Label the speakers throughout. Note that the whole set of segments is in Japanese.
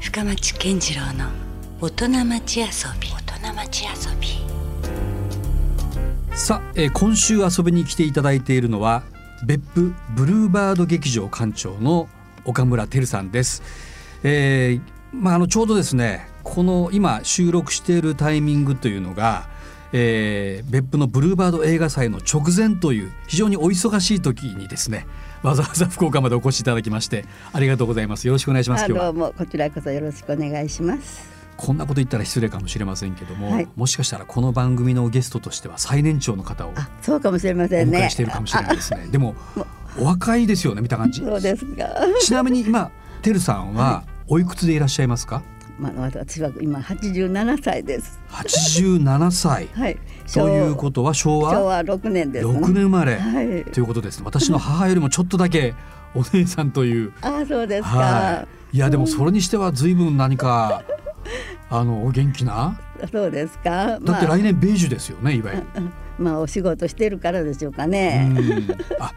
Speaker 1: 深町健次郎の大人町遊び大人町遊び
Speaker 2: さあ、えー今週遊びに来ていただいているのは別府ブルーバード劇場館長の岡村照さんです、えーまあ、あのちょうどですねこの今収録しているタイミングというのが、えー別府のブルーバード映画祭の直前という非常にお忙しい時にですねわざわざ福岡までお越しいただきましてありがとうございますよろしくお願いします
Speaker 3: あ
Speaker 2: 今日
Speaker 3: ど
Speaker 2: は
Speaker 3: うもこちらこそよろしくお願いします。
Speaker 2: こんなこと言ったら失礼かもしれませんけども、
Speaker 3: はい
Speaker 2: もしかしたらこの番組のゲストとしては最年長の方を
Speaker 3: あ、そうかもしれま
Speaker 2: お
Speaker 3: せん
Speaker 2: 迎
Speaker 3: ね。
Speaker 2: えしているかもしれないですね。でも
Speaker 3: もう、
Speaker 2: お若いですよね、見た感じ
Speaker 3: あ。そうですか。
Speaker 2: ちなみに今、てるさんはおいくつでいらっしゃいますか。
Speaker 3: まあ私は今87歳です。
Speaker 2: 87歳。
Speaker 3: はい。
Speaker 2: ということは昭
Speaker 3: 昭
Speaker 2: 和
Speaker 3: 和六年です、ね。
Speaker 2: 6年生まれ、
Speaker 3: はい。
Speaker 2: ということです。私の母よりもちょっとだけ お姉さんという。
Speaker 3: あ、そうですか。
Speaker 2: はい。いや、でもそれにしては随分何か。あのお元気な。
Speaker 3: そうですか。
Speaker 2: だって
Speaker 3: まあ、
Speaker 2: 来年ベージュですよね、いわゆる。
Speaker 3: まあお仕事してるからでしょうか
Speaker 2: う
Speaker 3: ね。
Speaker 2: んあ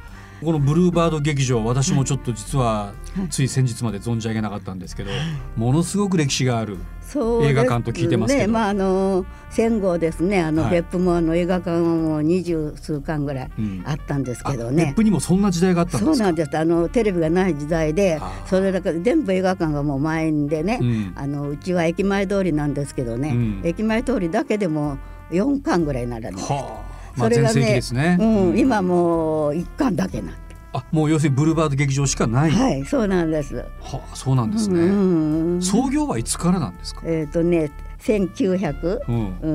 Speaker 2: このブルーバード劇場私もちょっと実はつい先日まで存じ上げなかったんですけどものすごく歴史がある
Speaker 3: そうです
Speaker 2: 映画館と聞いてますけど
Speaker 3: ね、まああの戦後ですね。あの、
Speaker 2: はい
Speaker 3: 別府もあの映画館はもう二十数館ぐらい
Speaker 2: うん
Speaker 3: あったんです
Speaker 2: あ
Speaker 3: けどね。
Speaker 2: 別府にもそんな時代があ ったん
Speaker 3: そ
Speaker 2: で
Speaker 3: う
Speaker 2: すか
Speaker 3: なんですあのテレビがない時代で
Speaker 2: あー
Speaker 3: それだけ全部映画館がもう満員でね、
Speaker 2: うん
Speaker 3: あのうちは駅前通りなんですけどね、
Speaker 2: うん
Speaker 3: 駅前通りだけでも4巻ぐらいならね、
Speaker 2: はあ、まあ、全盛期ですね、
Speaker 3: うん、今もう1巻だけなん
Speaker 2: あもう要するにブルーバード劇場しかない、は
Speaker 3: はいそうなんです。
Speaker 2: あ、そうなんですね、
Speaker 3: うん
Speaker 2: 創業はいつからなんですか、
Speaker 3: えっ、とね1900
Speaker 2: うん、
Speaker 3: う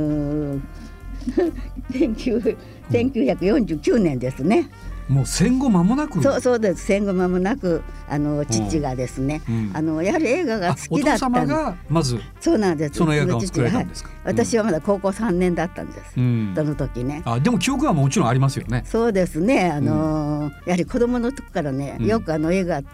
Speaker 3: ーん 1900 1949年ですね、
Speaker 2: もう戦後間もなく
Speaker 3: そうそうです戦後間もなくあの父がですね、
Speaker 2: うん
Speaker 3: あのやはり映画
Speaker 2: あ
Speaker 3: が
Speaker 2: お
Speaker 3: 好きだ
Speaker 2: 父
Speaker 3: った
Speaker 2: 様
Speaker 3: んで
Speaker 2: がまず、
Speaker 3: そうなんです。
Speaker 2: その映画館を
Speaker 3: うち
Speaker 2: 作られたんですか
Speaker 3: はい
Speaker 2: うん
Speaker 3: 私はまだ高校三年だったんです。
Speaker 2: うん
Speaker 3: そ、の時ね。
Speaker 2: あでも記憶はもちろんありますよね
Speaker 3: そうですね。あのーやはり子供の時からね、
Speaker 2: うん
Speaker 3: よくあの映画連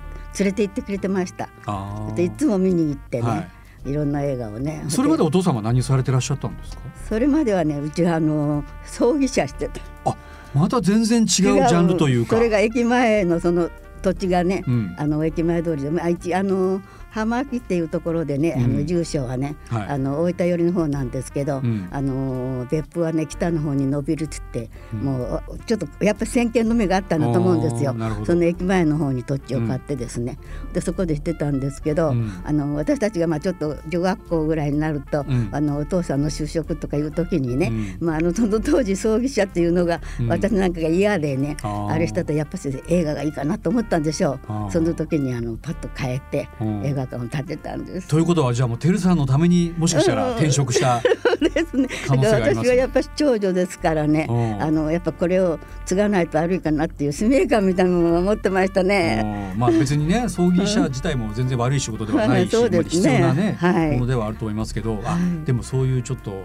Speaker 3: れて行ってくれてました。
Speaker 2: あ
Speaker 3: でい
Speaker 2: ー
Speaker 3: つも見に行ってね、、
Speaker 2: はい
Speaker 3: ろんな映画をね。
Speaker 2: それまで
Speaker 3: で
Speaker 2: お父様は何されてらっしゃったんですか
Speaker 3: それまではね、うちはあのー葬儀社してた。
Speaker 2: あまた全然違うジャンルというか
Speaker 3: それが駅前のその土地がね、
Speaker 2: うん
Speaker 3: あの駅前通りで、まあ一あのー浜木っていうところでね、あ
Speaker 2: う
Speaker 3: の
Speaker 2: ん
Speaker 3: 住所はね、
Speaker 2: はい
Speaker 3: あの大分寄りの方なんですけ
Speaker 2: う
Speaker 3: ど、
Speaker 2: ん
Speaker 3: あのー別府はね北の方に伸びるっつって、もうちょっとやっぱり先見の目があったんだと思うんです
Speaker 2: あ
Speaker 3: よ
Speaker 2: ーなるほど
Speaker 3: その駅前の方に土地を買ってですね、でそこでしてたんですけど、
Speaker 2: うん
Speaker 3: あの私たちがまあちょっと女学校ぐらいになる
Speaker 2: う
Speaker 3: と、
Speaker 2: ん
Speaker 3: あのお父さんの就職とかいう時にね、
Speaker 2: う
Speaker 3: まあ、あのその当時葬儀社っていうのが
Speaker 2: うん
Speaker 3: 私なんかが嫌でね、
Speaker 2: あー
Speaker 3: あれしたとやっぱり映画がいいかなと思ったんでしょ
Speaker 2: あー
Speaker 3: うその時にあのパッと変えて
Speaker 2: うん
Speaker 3: 映画館を建てたんです。
Speaker 2: ということはじゃあもうてるさんのためにもしかした
Speaker 3: うん
Speaker 2: ら
Speaker 3: うん
Speaker 2: 転職 した、
Speaker 3: ですね。
Speaker 2: 可能性
Speaker 3: だか
Speaker 2: があ
Speaker 3: ら
Speaker 2: り
Speaker 3: 私
Speaker 2: ますね
Speaker 3: はやっぱり長女ですからね
Speaker 2: う。ん
Speaker 3: あのやっぱこれを継がないと悪いかなっていう使命感みたいなものを持ってましたね。
Speaker 2: うんまあ別にね葬儀社自体も全然悪い仕事ではないし、
Speaker 3: そうですね
Speaker 2: まあ必要なね、
Speaker 3: はい
Speaker 2: ものではあると思いますけど、あでもそういうちょっと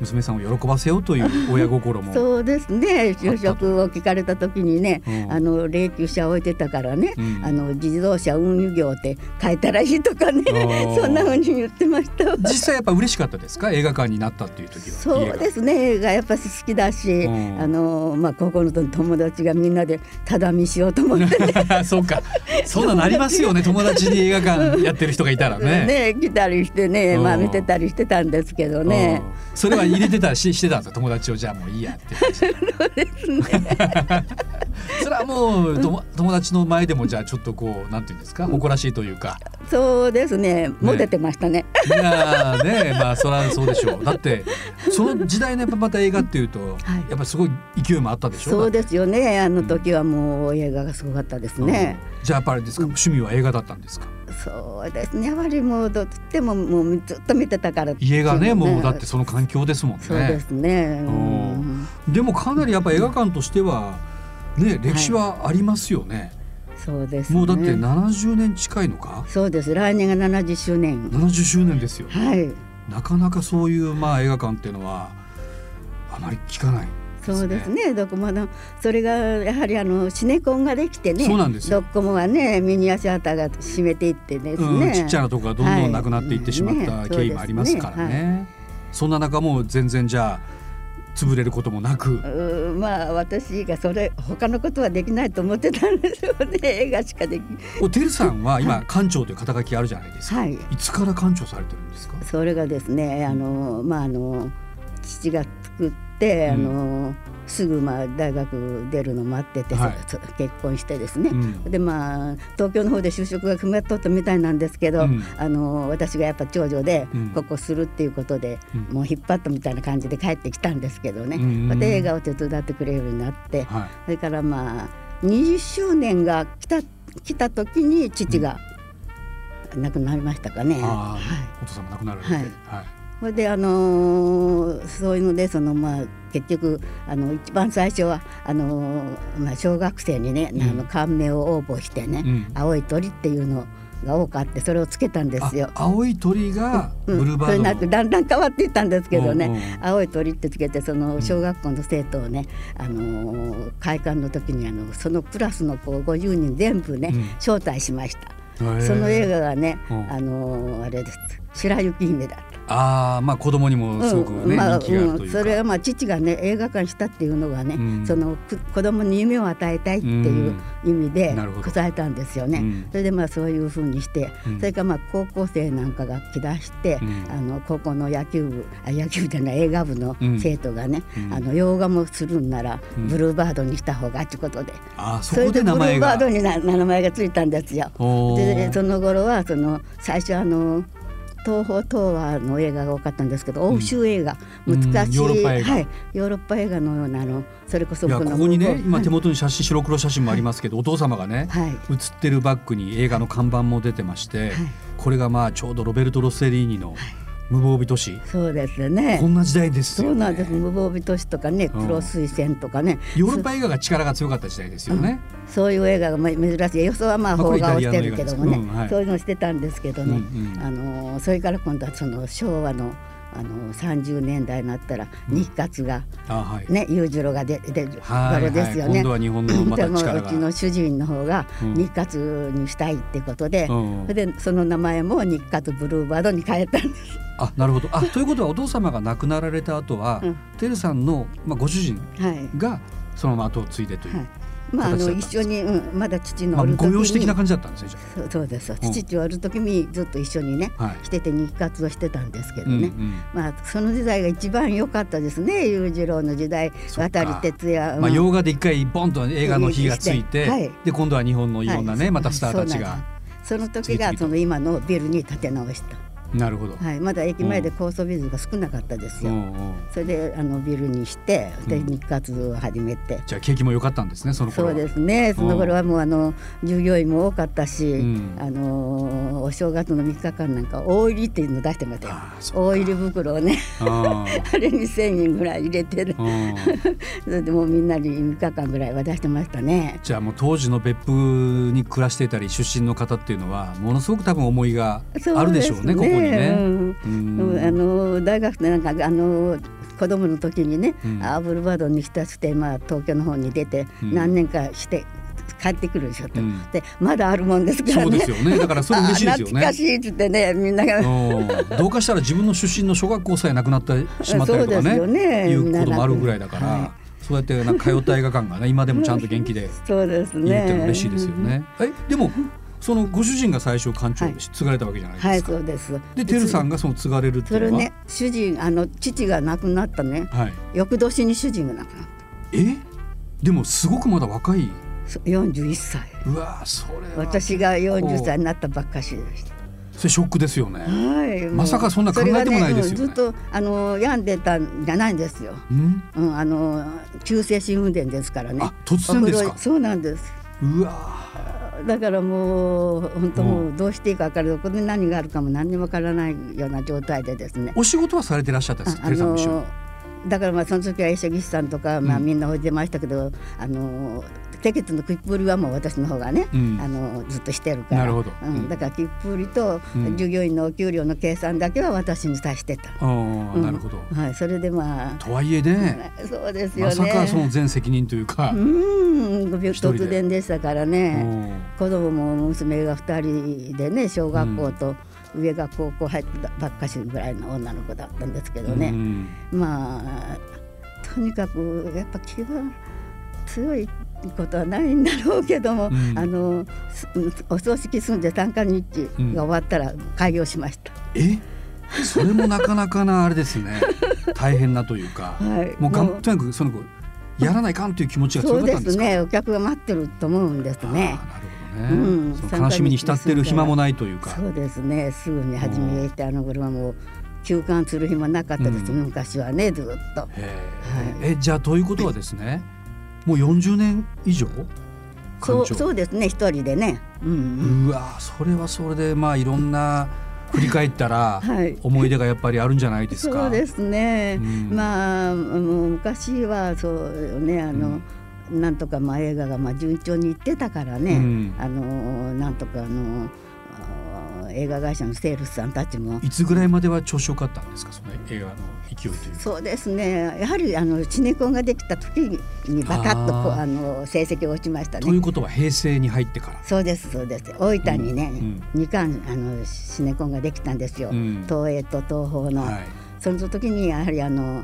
Speaker 2: 娘さんを喜ばせようという親心も
Speaker 3: そうですね。就
Speaker 2: あった
Speaker 3: 職を聞かれた時にね
Speaker 2: う、ん
Speaker 3: あの霊柩車を置いてたからね
Speaker 2: うん、
Speaker 3: あの自動車運輸業って変えたらいいとかね
Speaker 2: お、ー
Speaker 3: そんな風に言ってましたわ。
Speaker 2: 実際やっぱ嬉しかったですか映画館になったっていう時は
Speaker 3: そうですね映画やっぱり好きだし、
Speaker 2: うん
Speaker 3: あのまあ高校の友達がみんなでただ見しようと思って
Speaker 2: 家が そうかそうななりますよ ね友達に映画館やってる人がいたらね
Speaker 3: ね来たりしてね、
Speaker 2: うん
Speaker 3: まあ見てたりしてたんですけどね。
Speaker 2: うんそれは入れてたし してたんですよ友達をじゃあもういいやってそうですね それはもうとも友達の前でもじゃあちょっとこうなんていうんですか誇らしいというか
Speaker 3: そうですね、モテてましたね。
Speaker 2: いやーね まあそりゃそうでしょうだってその時代のやっぱまた映画っていうと、
Speaker 3: い
Speaker 2: やっぱりすごい勢いもあったでしょ
Speaker 3: そう
Speaker 2: で
Speaker 3: ですよね、あの時はもう映画がすごかったですね。
Speaker 2: じゃあやっぱりあれですか趣味は映画だったんですか
Speaker 3: そうですね、やはりもうどっちでももうずっと見てたから。
Speaker 2: 家がねもうだって
Speaker 3: そ
Speaker 2: その環境ですもんね
Speaker 3: うですね。う
Speaker 2: うん
Speaker 3: ん
Speaker 2: でもかなりやっぱ映画館としてはね歴史はありますよね、
Speaker 3: そうです、ね。
Speaker 2: もうだって70年近いのか
Speaker 3: そうです、来年が70周年。
Speaker 2: 70周年ですよ
Speaker 3: はい。
Speaker 2: なかなかそういうまあ映画館っていうのはあまり聞かない
Speaker 3: そうですね、どこものそれがやはりあのシネコンができてね、
Speaker 2: そうなんですよ
Speaker 3: どこもはねミニ足跡が閉めていってですね、
Speaker 2: うん、ちっちゃなとこがどんど
Speaker 3: は
Speaker 2: ん
Speaker 3: い
Speaker 2: なくなっていってしまっ
Speaker 3: う
Speaker 2: た
Speaker 3: ん
Speaker 2: 経緯もありますからね,、そんな中もう全然じゃあ潰れることもなく
Speaker 3: うーまあ私がそれ他のことはできないと思ってたんですよね 映画しかでき
Speaker 2: おてるさんは今館長という肩書きあるじゃないですか、
Speaker 3: はい
Speaker 2: い、つから館長されてるんですか
Speaker 3: それがですねあのまああの父が作って、
Speaker 2: うん
Speaker 3: あのすぐまあ大学出るの待ってて、
Speaker 2: はい
Speaker 3: そそ結婚してですね、
Speaker 2: うん
Speaker 3: でまあ東京の方で就職が決まっとったみたいなんですけ
Speaker 2: う
Speaker 3: ど、
Speaker 2: ん
Speaker 3: あの私がやっぱ長女で
Speaker 2: うん
Speaker 3: ここするっていうことで、
Speaker 2: うん
Speaker 3: もう引っ張ったみたいな感じで帰ってきたんですけどね、
Speaker 2: うん
Speaker 3: また映画を手伝ってくれるようになって、
Speaker 2: はい
Speaker 3: それからまあ20周年が来た来た時に父が亡くなりましたかね。
Speaker 2: あ
Speaker 3: は
Speaker 2: あ、お父さんも亡くなられて、は
Speaker 3: はいいそれであのーそういうのでそのまあ結局あの一番最初はあのーまあ、小学生にね、
Speaker 2: ん
Speaker 3: あの感銘を応募してね、
Speaker 2: うん
Speaker 3: 青い鳥っていうのが多くあってそれをつけたんですよ
Speaker 2: あ。青い鳥がブ
Speaker 3: うん
Speaker 2: ルーバー
Speaker 3: それ
Speaker 2: ドの、
Speaker 3: なくだんだん変わっていったんですけどね、
Speaker 2: うんうん
Speaker 3: 青い鳥ってつけてその小学校の生徒をね、あのー開館の時にあのそのクラスの子50人全部ね、
Speaker 2: うん
Speaker 3: 招待しました。
Speaker 2: へえ
Speaker 3: その映画がね、
Speaker 2: うん
Speaker 3: あのーあれです白雪姫だった。
Speaker 2: ああまあ子供にもすごくね、
Speaker 3: まあ、
Speaker 2: 人気があると
Speaker 3: う
Speaker 2: い
Speaker 3: ん、
Speaker 2: うか、
Speaker 3: それはまあ父がね映画館したっていうのがね、
Speaker 2: うん
Speaker 3: そのく子供に夢を与えたいっていう意味
Speaker 2: う
Speaker 3: で
Speaker 2: んなるほど
Speaker 3: こさえたんですよね。
Speaker 2: うん
Speaker 3: それでまあそういうふうにして、
Speaker 2: うん
Speaker 3: それからまあ高校生なんかが来だして、
Speaker 2: うん
Speaker 3: あの高校の野球部あ野球部じゃない映画部の
Speaker 2: うん
Speaker 3: 生徒がね、
Speaker 2: うん
Speaker 3: あの洋画もするんなら、
Speaker 2: うん
Speaker 3: ブルーバードにした方がってことで、
Speaker 2: ああそ
Speaker 3: それ
Speaker 2: こ
Speaker 3: で
Speaker 2: で
Speaker 3: ブル
Speaker 2: 名前
Speaker 3: ー
Speaker 2: が
Speaker 3: バードにな名前がついたんですよ。
Speaker 2: おー
Speaker 3: でその頃はその最初あの東宝東和の映画が多かったんですけど欧州映画、
Speaker 2: うん
Speaker 3: 難しい、
Speaker 2: うんヨーロッパ映画
Speaker 3: はい、ヨーロッパ映画のようなあのそれこそ
Speaker 2: いやここにね今手
Speaker 3: も、
Speaker 2: 元に写真白黒写真もありますけど、お父様がね、
Speaker 3: はい
Speaker 2: 写ってるバッグに映画の看板も出てまして、これがまあちょうどロベルト・ロッセリーニの「無防備都市」
Speaker 3: そうですね
Speaker 2: こんな時代です
Speaker 3: そ
Speaker 2: よ、ね、
Speaker 3: うなんです無防備都市とかね
Speaker 2: うん
Speaker 3: 黒水線とかね、
Speaker 2: ヨーロッパ映画が力が強かった時代ですよね、
Speaker 3: そういう映画がま珍しい予想はまあ
Speaker 2: まあこれ
Speaker 3: 邦画をしてるけども
Speaker 2: イタリアの映画
Speaker 3: ね、
Speaker 2: ですうんはい
Speaker 3: そういうのをしてたんですけどね、
Speaker 2: うんうん
Speaker 3: あのそれから今度はその昭和のあの30年代になったら日活が、
Speaker 2: あはい、
Speaker 3: ね裕次郎が出出る
Speaker 2: はい
Speaker 3: 頃ですよ
Speaker 2: は
Speaker 3: ね。
Speaker 2: い今度は日本のま
Speaker 3: で
Speaker 2: た
Speaker 3: もう
Speaker 2: 力が
Speaker 3: ちの主人の方が
Speaker 2: うん
Speaker 3: 日活にしたいってことで、
Speaker 2: うん
Speaker 3: それでその名前も日活ブルーバードに変えたんです。
Speaker 2: あなるほどあということはお父様が亡くなられた後は、
Speaker 3: うん
Speaker 2: てるさんの、まあ、ご主人
Speaker 3: はい。
Speaker 2: がそのまま後を継いでという、
Speaker 3: はい。まああ
Speaker 2: 形だったん
Speaker 3: の
Speaker 2: です
Speaker 3: 一緒に、うん、まだ父の
Speaker 2: まあ、
Speaker 3: おる時
Speaker 2: ご
Speaker 3: に、
Speaker 2: 養子的な感じだったんですねじゃ
Speaker 3: そうそうです。
Speaker 2: うん
Speaker 3: 父おる時にずっと一緒にね、
Speaker 2: あはい、
Speaker 3: してて日活をしてたんですけど
Speaker 2: うんう
Speaker 3: ね。
Speaker 2: ん
Speaker 3: まあその時代が一番良かったですね裕次郎の時代
Speaker 2: そっか
Speaker 3: 渡哲也、
Speaker 2: まあ、
Speaker 3: うん
Speaker 2: 洋画で一回ボンと映画の火がついて、
Speaker 3: はい
Speaker 2: で今度は日本のいろんなね、
Speaker 3: はい
Speaker 2: またスターたちが
Speaker 3: そうなんですそ
Speaker 2: 次
Speaker 3: の時が
Speaker 2: 々と
Speaker 3: その今のビルに建て直した。
Speaker 2: なるほど、
Speaker 3: はい、まだ駅前で高層ビルが少なかったです
Speaker 2: う
Speaker 3: よ。
Speaker 2: んうん
Speaker 3: それであのビルにしてで日活を始めて、
Speaker 2: じゃあ景気も良かったんですねその頃
Speaker 3: そ
Speaker 2: は
Speaker 3: うですねその頃はもうあの従業員も多かったし、
Speaker 2: ん
Speaker 3: あのお正月の3日間なんか大入りっていうの出してましたよ
Speaker 2: ああそっか
Speaker 3: 大入り袋をね
Speaker 2: あ
Speaker 3: あれに1,000円ぐらい入れてる
Speaker 2: ーうん
Speaker 3: それでもうみんなに3日間ぐらいは出してましたね。
Speaker 2: じゃあもう当時の別府に暮らしていたり出身の方っていうのはものすごく多分思いがあるでしょうね
Speaker 3: そ
Speaker 2: ここに
Speaker 3: う
Speaker 2: ね。
Speaker 3: ん
Speaker 2: うん
Speaker 3: うんあの大学でなんかあの子供の時にね、
Speaker 2: うん
Speaker 3: アーブルバードに親しくて、まあ、東京の方に出て
Speaker 2: うん
Speaker 3: 何年かして帰ってくるでしょって、
Speaker 2: うん
Speaker 3: でまだあるもんですから
Speaker 2: そう
Speaker 3: ね
Speaker 2: ですよねだからそれ嬉しいですよ
Speaker 3: あ懐か
Speaker 2: ね。
Speaker 3: しいっつってねみんなが、
Speaker 2: うんどうかしたら自分の出身の小学校さえなくなってしまったりとかね
Speaker 3: そうですよね
Speaker 2: いうこともあるぐらいだから、
Speaker 3: は
Speaker 2: そうやってなんか通った映画館がね今でもちゃんと元気で
Speaker 3: そうです
Speaker 2: いる
Speaker 3: ね
Speaker 2: っていうのは嬉しいですよね。えでもそのご主人が最初館長を継がれたわけじゃない
Speaker 3: は
Speaker 2: で
Speaker 3: い
Speaker 2: すか。
Speaker 3: そうです
Speaker 2: でてるさんがその継がれるって
Speaker 3: そ
Speaker 2: いう
Speaker 3: れ
Speaker 2: のは、
Speaker 3: ね主人あの父が亡くなったね
Speaker 2: はい、
Speaker 3: 翌年に主人が亡くなった
Speaker 2: えでもすごくまだ若い
Speaker 3: そ41歳
Speaker 2: うわーそれは
Speaker 3: 私が40歳になったばっかしでした
Speaker 2: それショックですよね。
Speaker 3: はい、
Speaker 2: まさかそんな考えてもないですよね
Speaker 3: それがうんずっとあの病んでたんじゃないんですよ。
Speaker 2: うん
Speaker 3: うん、あの急性心不全ですからね。
Speaker 2: あ突然ですか
Speaker 3: お風呂そうなんです。
Speaker 2: うわ
Speaker 3: だからもう本当
Speaker 2: う
Speaker 3: もうどうしていいか分からない、ここで何があるかも何にも分からないような状態でです
Speaker 2: ー。
Speaker 3: ね
Speaker 2: お仕事はされてらっしゃったんですか、
Speaker 3: あ
Speaker 2: てるさんも一緒に。
Speaker 3: のだからまあその時は医者技師さんとか、まあ、
Speaker 2: うん
Speaker 3: みんなおいでましたけど、あのテケツの食いっぷりはもう私の方がね、
Speaker 2: うん
Speaker 3: あのずっとしてるから
Speaker 2: なるほど
Speaker 3: うん
Speaker 2: うん
Speaker 3: だから食いっぷりと
Speaker 2: うん
Speaker 3: 従業員のお給料の計算だけは私に対してた、
Speaker 2: ああ、
Speaker 3: うん
Speaker 2: なるほど。
Speaker 3: はい、それでまあ、
Speaker 2: とはいえね、
Speaker 3: そうですよ
Speaker 2: ま
Speaker 3: ね
Speaker 2: さかその全責任というか
Speaker 3: う、んご病
Speaker 2: 一人で
Speaker 3: 突然でしたから
Speaker 2: う
Speaker 3: ね
Speaker 2: ん
Speaker 3: 子供も娘が2人でね小学校と上が高校入ったばっかしぐらいの女の子だったんですけどね、
Speaker 2: うん
Speaker 3: まあとにかくやっぱ気が強いことはないんだろうけども、
Speaker 2: うん
Speaker 3: あのすお葬式済んで参加日が終わったら開業しました。
Speaker 2: えそれもなかなかなあれです ね大変なというか、
Speaker 3: はい
Speaker 2: もうが
Speaker 3: も
Speaker 2: ん
Speaker 3: う
Speaker 2: とにかくそのやらないかんという気持ちが
Speaker 3: そ
Speaker 2: 強
Speaker 3: う
Speaker 2: かっ
Speaker 3: で
Speaker 2: たんですすか
Speaker 3: ね。お客が待ってると思うんですね
Speaker 2: あ。ーなるほどね、
Speaker 3: うん
Speaker 2: その悲しみに浸ってる暇もないというか
Speaker 3: そうですね。すぐに始めてあの頃はもう休館する暇なかったです、
Speaker 2: うん
Speaker 3: 昔はねずっと。
Speaker 2: へーえじゃあということはですねもう40年以上
Speaker 3: そ
Speaker 2: 館
Speaker 3: う
Speaker 2: 長
Speaker 3: そうですね一人でね。うんうん。
Speaker 2: うわーそれはそれでまあいろんな振り返ったら
Speaker 3: はい
Speaker 2: 思い出がやっぱりあるんじゃないですか。
Speaker 3: そうですね、
Speaker 2: うん
Speaker 3: まあもう昔はそうよねあの、なんとかまあ映画がまあ順調にいってたからね、
Speaker 2: うん
Speaker 3: あのなんとかあのあ映画会社のセールスさんたちも
Speaker 2: いつぐらいまでは調子良かったんですかその映画の勢いというか。
Speaker 3: そうですねやはりあのシネコンができた時にバタッとこう
Speaker 2: あー
Speaker 3: あの成績が落ちました
Speaker 2: という
Speaker 3: ね。
Speaker 2: ことは平成に入ってから。
Speaker 3: そうですそうです大分にね、
Speaker 2: うん
Speaker 3: 二巻あのシネコンができたんですよ、
Speaker 2: うん
Speaker 3: 東映と東宝の。
Speaker 2: はい
Speaker 3: その時にやはりあの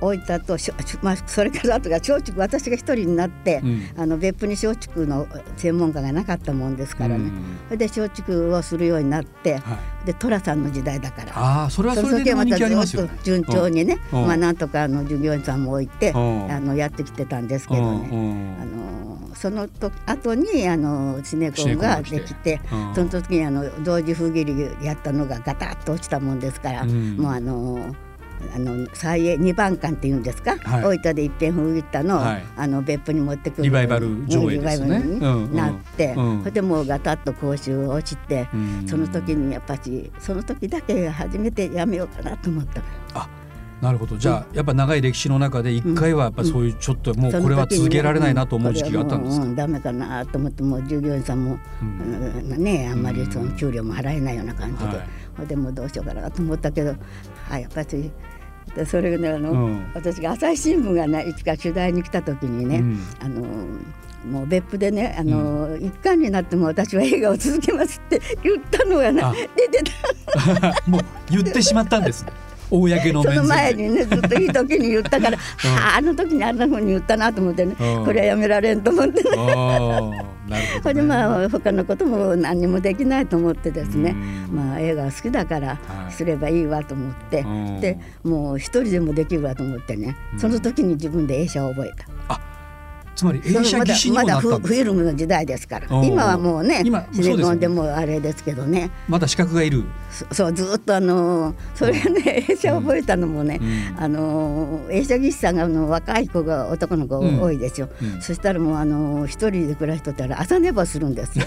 Speaker 3: 大分としょ、しょまあ、それからあとが松竹私が一人になって、
Speaker 2: うん
Speaker 3: あの別府に松竹の専門家がなかったもんですから
Speaker 2: う
Speaker 3: ね、
Speaker 2: ん
Speaker 3: それで松竹をするようになって、
Speaker 2: はい、
Speaker 3: で寅さんの時代だから。
Speaker 2: ああそれはそれ
Speaker 3: 時
Speaker 2: で
Speaker 3: は
Speaker 2: 人気ありますよ
Speaker 3: ずっ
Speaker 2: ね
Speaker 3: と。順調にね、
Speaker 2: うんうん
Speaker 3: まあなんとかあの従業員さんも置いて、
Speaker 2: うん
Speaker 3: あのやってきてたんですけ
Speaker 2: う
Speaker 3: ど
Speaker 2: ん
Speaker 3: ね、
Speaker 2: うん
Speaker 3: あのそのと後にあのシネコンができ
Speaker 2: シ
Speaker 3: て
Speaker 2: ネコンが来てうん
Speaker 3: その時にあの同時封切りやったのがガタッと落ちたもんですから、
Speaker 2: うん
Speaker 3: もうあの。あの再営二番館っていうんですか、
Speaker 2: はい
Speaker 3: 大分で一遍封切ったのを、
Speaker 2: はい
Speaker 3: あの別府に持ってくる
Speaker 2: リバイバル上映ですね
Speaker 3: リバイバルに
Speaker 2: うんうん
Speaker 3: なって、
Speaker 2: うん
Speaker 3: それでもうガタッと講習落ちて、
Speaker 2: うん
Speaker 3: その時にやっぱしその時だけ初めてやめようかなと思ったの
Speaker 2: あなるほどじゃあ、やっぱ長い歴史の中で一回はやっぱそういうちょっともう
Speaker 3: その時に
Speaker 2: これは続けられないなと思う時期があったんです
Speaker 3: う
Speaker 2: か、
Speaker 3: んダメかなと思ってもう従業員さんも、うんねあんまりその給料も払えないような感じで、
Speaker 2: はい
Speaker 3: ほんでもうどうしようかなと思ったけどあやっぱりでそれであの、
Speaker 2: うん
Speaker 3: 私が朝日新聞がねいつか取材に来た時にね、
Speaker 2: うん
Speaker 3: あのもう別府でねあの、一巻になっても私は映画を続けますって言ったのがね
Speaker 2: あ
Speaker 3: 出てた
Speaker 2: もう言ってしまったんですね公の
Speaker 3: その
Speaker 2: 面
Speaker 3: 前
Speaker 2: 前で
Speaker 3: にねずっといい時に言っ たから、はああの時にあんなふうに言ったなと思ってね、
Speaker 2: うん
Speaker 3: これはやめられんと思ってね
Speaker 2: ああなるほど、ね、
Speaker 3: これまあ他のことも何にもできないと思ってですね
Speaker 2: うん
Speaker 3: まあ映画好きだから
Speaker 2: はい
Speaker 3: すればいいわと思って、
Speaker 2: うん
Speaker 3: でもう一人でもできるわと思ってねその時に自分で映写を覚えた。
Speaker 2: つまり映
Speaker 3: そ
Speaker 2: 写
Speaker 3: のま
Speaker 2: 技
Speaker 3: だ
Speaker 2: 師に
Speaker 3: ま
Speaker 2: も
Speaker 3: だ
Speaker 2: なっ
Speaker 3: フ
Speaker 2: たん
Speaker 3: フ
Speaker 2: です
Speaker 3: ィ
Speaker 2: よ
Speaker 3: ルムの時代ですから
Speaker 2: おー
Speaker 3: 今はもうね
Speaker 2: 今
Speaker 3: シネコ
Speaker 2: そうです
Speaker 3: ンで
Speaker 2: よね
Speaker 3: もうあれですけどね
Speaker 2: まだ資格がいる
Speaker 3: そそうずっとあのーそれね映写を覚えたのもね、
Speaker 2: うん
Speaker 3: あのー映写技師さんがあの若い子が男の子
Speaker 2: うん
Speaker 3: 多いですよ、
Speaker 2: うん
Speaker 3: そしたらもうあのー一人で暮らしとったら朝寝坊するんですよ。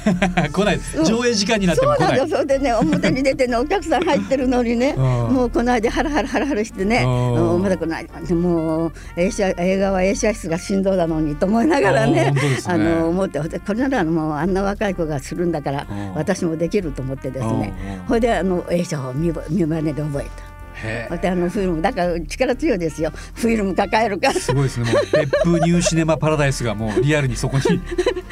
Speaker 2: 来ないです上映時間になって
Speaker 3: そ
Speaker 2: も
Speaker 3: う
Speaker 2: 来
Speaker 3: な
Speaker 2: な
Speaker 3: んだ
Speaker 2: い
Speaker 3: よ。それでね、表に出てね、お客さん入ってるのにね、
Speaker 2: うん
Speaker 3: もうこの間ハラハラハラハラしてね、
Speaker 2: うん
Speaker 3: うんまだこの間もう映写映画は映写室が振動だのにと思いながら
Speaker 2: う
Speaker 3: ね
Speaker 2: ん本当で、すね
Speaker 3: あの思って、これならもうあんな若い子がするんだから
Speaker 2: うん、
Speaker 3: 私もできると思ってです
Speaker 2: うんう
Speaker 3: ね
Speaker 2: ん。
Speaker 3: ほいであの映写を見見真似で覚えた。
Speaker 2: へえ
Speaker 3: またあのフィルムだから力強いですよ。フィルム抱えるから。
Speaker 2: すごいです ねもう別府ニューシネマパラダイスがもうリアルにそこに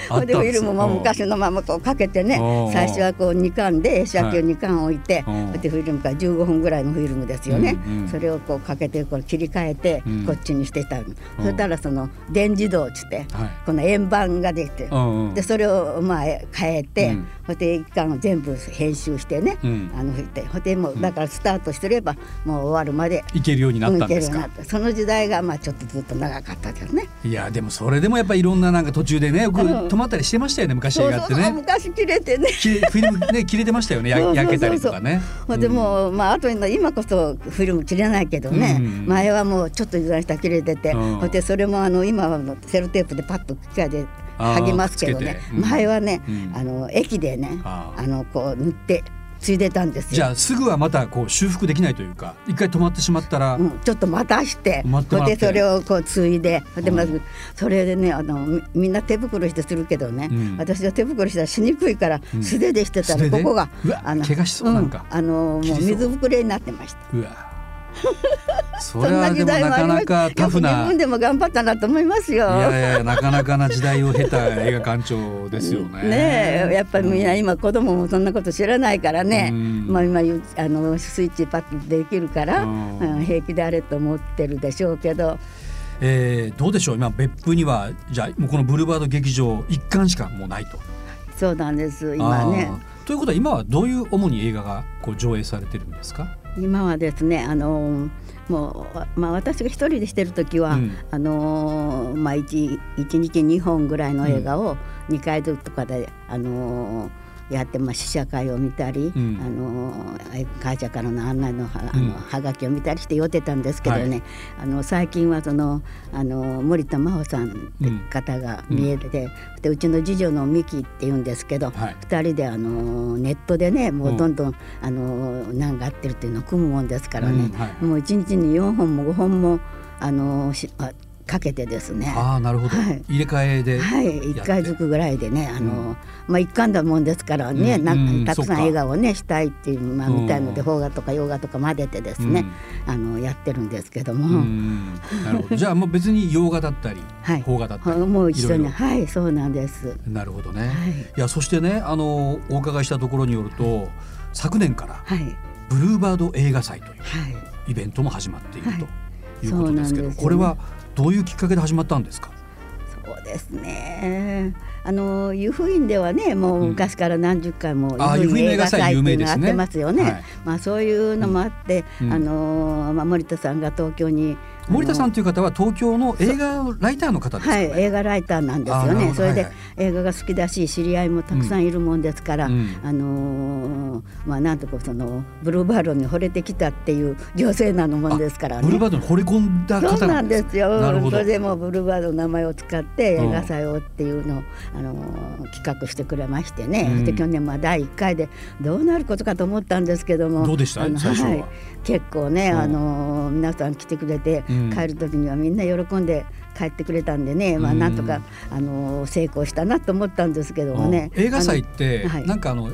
Speaker 2: あ
Speaker 3: ほ
Speaker 2: ったん
Speaker 3: いでフ
Speaker 2: で
Speaker 3: ィ
Speaker 2: す
Speaker 3: ルム も
Speaker 2: うん
Speaker 3: 昔のままこうかけてね
Speaker 2: おー
Speaker 3: 最初はこう2巻で映写機を2巻置いて、
Speaker 2: はいうん
Speaker 3: でフィルムから15分ぐらいのフィルムですよね、
Speaker 2: うんうん
Speaker 3: それをこうかけてこう切り替えて
Speaker 2: うん
Speaker 3: こっちにしてたの、そしたらその電磁動っつって、
Speaker 2: はい
Speaker 3: この円盤ができて、
Speaker 2: うんうん
Speaker 3: でそれをまあ変えて、
Speaker 2: うん
Speaker 3: ほいで1巻を全部編集してね、
Speaker 2: うん
Speaker 3: あの拭いてほいでもうだからスタートしてればもう終わるまで。
Speaker 2: いけるようになったんです
Speaker 3: うんいけ
Speaker 2: か
Speaker 3: るようになったその時代がまあちょっとずっと長かったですね。
Speaker 2: いやでもそれでもやっぱいろんななんか途中でねよく
Speaker 3: うん
Speaker 2: 止まったりしてましたよね昔映画って
Speaker 3: そうそうそう
Speaker 2: ね
Speaker 3: 昔切れてね。
Speaker 2: 切れフィルムね切れてましたよねや
Speaker 3: そうそうそうそう
Speaker 2: 焼けたりとかね
Speaker 3: まあ、でも、まあ後にな今こそフィルム切れないけどね、
Speaker 2: うん
Speaker 3: 前はもうちょっと油断したら切れてて、
Speaker 2: うん
Speaker 3: ほんでそれもあの今はあのセロテープでパッと機械で
Speaker 2: あー
Speaker 3: 剥ぎますけど
Speaker 2: く
Speaker 3: ね
Speaker 2: っつけてうん
Speaker 3: 前はね、
Speaker 2: うん
Speaker 3: あの液でね
Speaker 2: あ
Speaker 3: あ
Speaker 2: ー
Speaker 3: のこう塗ってついでたんです
Speaker 2: じ
Speaker 3: よ。
Speaker 2: ゃあすぐはまたこう修復できないというか一回止まってしまったら、
Speaker 3: うん、ちょっと待たして
Speaker 2: 待っても
Speaker 3: ほ
Speaker 2: らって
Speaker 3: んでそれをこうついでほんでま
Speaker 2: う
Speaker 3: ずそれでねあのみみんな手袋してするけどね、
Speaker 2: うん
Speaker 3: 私は手袋したらしにくいから
Speaker 2: うん
Speaker 3: 素手でしてたら
Speaker 2: 素手
Speaker 3: こ
Speaker 2: で
Speaker 3: こが
Speaker 2: うわ
Speaker 3: あの
Speaker 2: 怪我しそうなんか
Speaker 3: あのもう
Speaker 2: 切りそう
Speaker 3: 水ぶくれになってました。
Speaker 2: うわそ
Speaker 3: そ
Speaker 2: れ
Speaker 3: ん
Speaker 2: は
Speaker 3: な
Speaker 2: で
Speaker 3: 時
Speaker 2: も
Speaker 3: 代も
Speaker 2: な
Speaker 3: あ
Speaker 2: か
Speaker 3: りま
Speaker 2: な
Speaker 3: す
Speaker 2: かタフ
Speaker 3: よく自
Speaker 2: な
Speaker 3: 分でも頑張ったなと思いますよ。
Speaker 2: いやいやなかなかな時代を経た映画館長ですよね。
Speaker 3: ねえやっぱりみんな今子供もそんなこと知らないからね、
Speaker 2: うん
Speaker 3: まあ今言うあのスイッチパッとできるから、
Speaker 2: うん
Speaker 3: うん平気であれと思ってるでしょうけど
Speaker 2: えーどうでしょう今別府にはじゃあもうこのブルーバード劇場一貫しかもうないと。
Speaker 3: そうなんです今ね
Speaker 2: あー。ということは今はどういう主に映画がこう上映されてるんですか。
Speaker 3: 今はですねあのもう、まあ、私が一人でしてる時は、
Speaker 2: うん
Speaker 3: あのまあ、1, 一日2本ぐらいの映画を2回ずつとかで、あのやって、まあ、試写会を見たり、
Speaker 2: うん
Speaker 3: あの会社からの案内のはあ
Speaker 2: うん
Speaker 3: のはがきを見たりして寄ってたんですけどね、
Speaker 2: は
Speaker 3: あの最近はそのあの森田真帆さんって方が見えてて、でうちの次女のミキっていうんですけど、
Speaker 2: はい
Speaker 3: 2人であのネットでねもうんうどんどん、あの難があってるっていうのを組むもんですから
Speaker 2: うん
Speaker 3: ね、
Speaker 2: はい
Speaker 3: もう1日に4本も5本もあのしあかけてですね。
Speaker 2: ああなるほど、
Speaker 3: はい
Speaker 2: 入れ替えで。
Speaker 3: はい、1回ずつぐらいでねあの、まあ、一貫だもんですからね、
Speaker 2: うん
Speaker 3: な
Speaker 2: うん
Speaker 3: たく
Speaker 2: そっ
Speaker 3: さ
Speaker 2: か
Speaker 3: ん映画をねしたいっていう、まあ、
Speaker 2: うん
Speaker 3: みたいので邦画とか洋画とか混ぜてですね、あのやってるんですけども、
Speaker 2: うん。うんなるほど。じゃあもう別に洋画だったり、
Speaker 3: はい
Speaker 2: 邦画だったり、
Speaker 3: もう一緒
Speaker 2: い
Speaker 3: に
Speaker 2: ろい
Speaker 3: はいそうなんです。
Speaker 2: ろなるほどね。
Speaker 3: はい
Speaker 2: い、やそしてねあのお伺いしたところによると昨年から
Speaker 3: はい、
Speaker 2: ブルーバード映画祭という
Speaker 3: はい
Speaker 2: イベントも始まっている
Speaker 3: はい
Speaker 2: ということですけど、
Speaker 3: そうなんですよね
Speaker 2: これはどういうきっかけで始まったんですか。
Speaker 3: そうですね。あの湯布院ではね、もう昔から何十回も
Speaker 2: あー
Speaker 3: 湯布院
Speaker 2: 湯布院の映画祭有名
Speaker 3: 映
Speaker 2: で
Speaker 3: 画
Speaker 2: す
Speaker 3: 祭っ
Speaker 2: ね
Speaker 3: ていうのがあってますよね。
Speaker 2: はい
Speaker 3: まあそういうのもあって、
Speaker 2: うん
Speaker 3: あのまあ森田さんが東京にあの
Speaker 2: 森田さんという方は東京の映画ライターの方ですか
Speaker 3: は
Speaker 2: ね。
Speaker 3: い、映画ライターなんです
Speaker 2: あーな
Speaker 3: よ
Speaker 2: るほ
Speaker 3: ね。
Speaker 2: ど
Speaker 3: それで
Speaker 2: はい
Speaker 3: 映画が好きだし、知り合いもたくさんいるもんですから、
Speaker 2: うん
Speaker 3: あのーまあなんとかそのブルーバードに惚れてきたっていう女性なのもんですから
Speaker 2: ブルー
Speaker 3: ね。
Speaker 2: バードに惚れ込んだ
Speaker 3: そう
Speaker 2: 方
Speaker 3: な
Speaker 2: なんん
Speaker 3: で
Speaker 2: ですす
Speaker 3: よ。
Speaker 2: なるほ
Speaker 3: そ
Speaker 2: ど
Speaker 3: れ。でもうブルーバードの名前を使って
Speaker 2: うん
Speaker 3: 映画祭をっていうのを、あのー企画してくれましてね。
Speaker 2: うん
Speaker 3: で去年まあ第一回でどうなることかと思ったんですけども、
Speaker 2: どうでした
Speaker 3: あの
Speaker 2: 最初はい
Speaker 3: 結構ね、
Speaker 2: うん
Speaker 3: あのー皆さん来てくれて、
Speaker 2: うん
Speaker 3: 帰る時にはみんな喜んで帰ってくれたんでね、まあ
Speaker 2: うん
Speaker 3: なんとかあのー成功したなと思ったんですけどもね。
Speaker 2: うん映画祭っ
Speaker 3: あ
Speaker 2: て
Speaker 3: あのはい
Speaker 2: なんかあの、